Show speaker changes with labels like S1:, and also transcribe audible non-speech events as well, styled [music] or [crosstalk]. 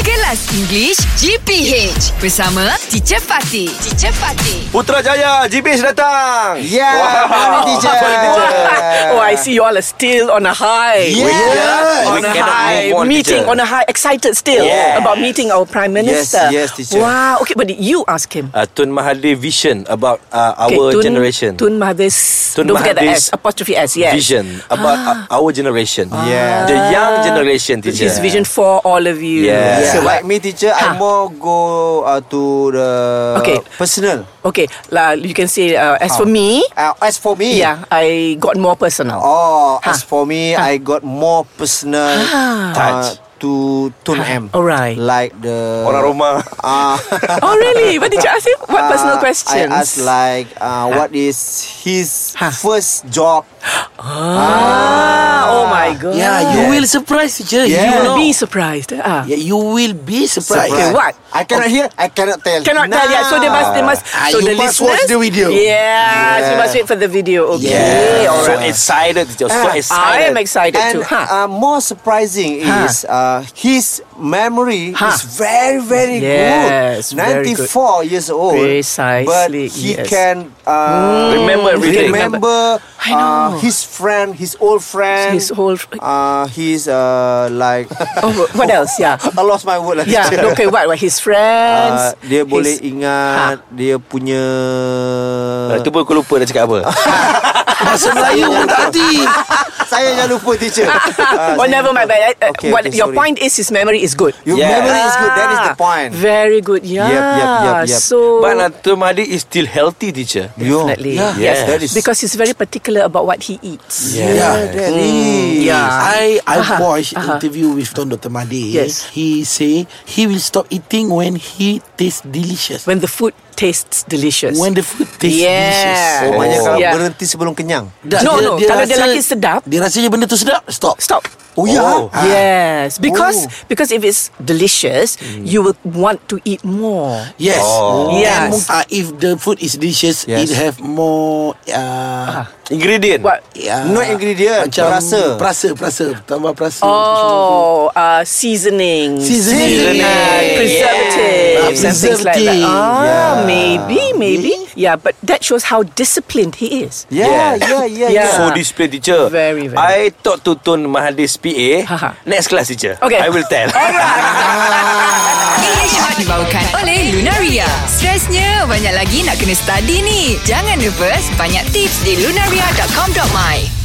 S1: Kelas English GPH bersama Teacher Fatih. Teacher Fatih.
S2: Putrajaya, GBS datang.
S3: Ya.
S4: Yeah, wow. morning teacher.
S2: Morning, teacher.
S3: oh, I see you all are still on a high.
S4: Yeah. Yes.
S3: On
S2: We
S3: a
S2: cannot
S3: high
S2: move on,
S3: meeting,
S2: teacher.
S3: on a high, excited still
S2: Yes.
S3: about meeting our Prime
S4: Yes,
S3: Minister.
S4: yes, teacher.
S3: Wow, okay, but you ask him.
S2: Uh, Tun Mahathir vision about uh, our
S3: Tun-
S2: generation.
S3: Tun Mahathir's,
S2: Tun
S3: don't forget the
S2: Mahathir's
S3: S, apostrophe S, yes. Ah.
S2: Vision about uh, our generation.
S4: Yeah.
S2: The young generation, teacher.
S3: His vision for all of you.
S2: Yes.
S4: Yeah.
S2: So,
S4: like me, teacher, I more go uh, to the
S3: Ha. Okay.
S4: personal.
S3: Okay, la, you can say, uh, as for
S4: How?
S3: me,
S4: Uh, as for me,
S3: yeah, Ha. I got more personal.
S4: Oh, as for me, I got more personal
S2: Touch.
S4: uh, to Tun M.
S3: Ha. Alright.
S4: Like the
S2: Orang rumah.
S3: [laughs]
S4: Ah,
S3: Oh, really? What did you ask him? What personal
S4: uh, [laughs]
S3: questions? Ha.
S4: I asked like, uh, what is his
S3: Huh.
S4: first job?
S3: ah, oh my God.
S5: Yeah, you
S4: Yes.
S5: will surprise teacher.
S4: Yeah.
S5: You
S3: will
S5: know.
S3: be surprised. eh? Ah.
S5: yeah, you will be surprised.
S3: Okay, what?
S4: I cannot hear. I cannot tell.
S3: Cannot
S4: now.
S3: tell yet. So they must, they must.
S5: Ah,
S3: so
S5: you
S3: the
S5: must
S3: listeners,
S5: watch the video.
S3: Yes, you must wait for the video. Okay,
S4: Yeah.
S3: all
S2: So
S3: right.
S2: excited, teacher. So
S4: Ah, I
S3: I
S2: excited.
S3: am excited
S4: And
S3: too. Ha. Huh?
S4: uh, more surprising
S3: Huh.
S4: is uh, his memory
S3: Huh.
S4: is very very
S3: Ha. Yes,
S4: good.
S3: very good.
S4: 94 years old.
S3: Precisely,
S4: But he
S3: yes. Mm.
S4: can uh,
S2: Remember everything.
S4: Remember
S3: I know.
S4: uh, his friend, his old friend.
S3: His whole.
S4: uh, he's uh, like
S3: [laughs] Oh, what else? Yeah,
S4: I lost my word lah. [laughs]
S3: yeah.
S4: teacher.
S3: Okay, what? what his
S4: Uh,
S3: friends.
S4: dia
S3: his- Ha.
S4: boleh ingat dia punya
S2: Uh,
S3: Ah. [laughs]
S2: tu pun aku lupa nak cakap apa.
S5: Bahasa Melayu pun tak hati.
S4: [laughs] Saya jangan lupa teacher Ah,
S3: [laughs]
S4: saya
S3: oh, never mind.
S4: lupa.
S3: but, uh,
S4: Okay,
S3: what
S4: okay,
S3: your
S4: sorry.
S3: point is, his memory is good.
S4: Your
S2: Yeah.
S4: memory is good That is the
S3: Ah,
S4: point
S3: Very good. Yeah.
S4: yep, yep, yep.
S3: So.
S2: But uh, Tun Mahathir is still healthy, teacher.
S4: Yo,
S3: Definitely.
S4: Yeah,
S2: Yes.
S4: yes. That is
S3: because he's very particular about what he eats.
S4: yeah, that is.
S3: Mm. Yeah.
S5: I I watched interview with Don Dr. Madi.
S3: Yes.
S5: He say he will stop eating when he tastes delicious.
S3: When the food tastes delicious.
S5: When the food tastes
S3: Yeah.
S5: delicious.
S4: Oh, banyak
S2: Oh.
S4: kalau
S3: Yeah.
S4: berhenti sebelum kenyang.
S5: Dah,
S3: No, no. Kalau dia lagi sedap-
S5: Dia rasa je benda tu sedap Stop
S3: Stop.
S4: Oh ya.
S2: Oh.
S4: Ah.
S3: Yes, because
S4: Oh. Mm.
S3: because if it's delicious, you will want to eat more.
S5: Yes
S2: Oh.
S3: Yes.
S5: And, uh, If the food is delicious
S4: Yes.
S5: It have more uh,
S2: Ingredient.
S3: What?
S5: yeah,
S4: No ingredient, perasa.
S5: Perasa Perasa Tambah perasa
S3: Oh, uh, seasoning,
S5: Seasoning.
S3: Uh,
S2: Seasoning.
S3: preservatives,
S5: Yeah.
S3: and things like that.
S5: Preservative.
S3: Ah,
S4: Yeah.
S3: maybe, maybe, yeah. But that shows how disciplined he is.
S4: Yeah, yeah, yeah, yeah.
S3: Yeah.
S2: So display teacher
S3: Very, very.
S2: I talk to Tun Mahathir's PA
S3: Ha, ha.
S2: Next class teacher
S3: [laughs] Okay.
S2: I will tell
S1: English Hot dibawakan oleh Lunaria. Stresnya banyak lagi nak kena study ni. Jangan nervous, banyak tips di lunaria.com.my.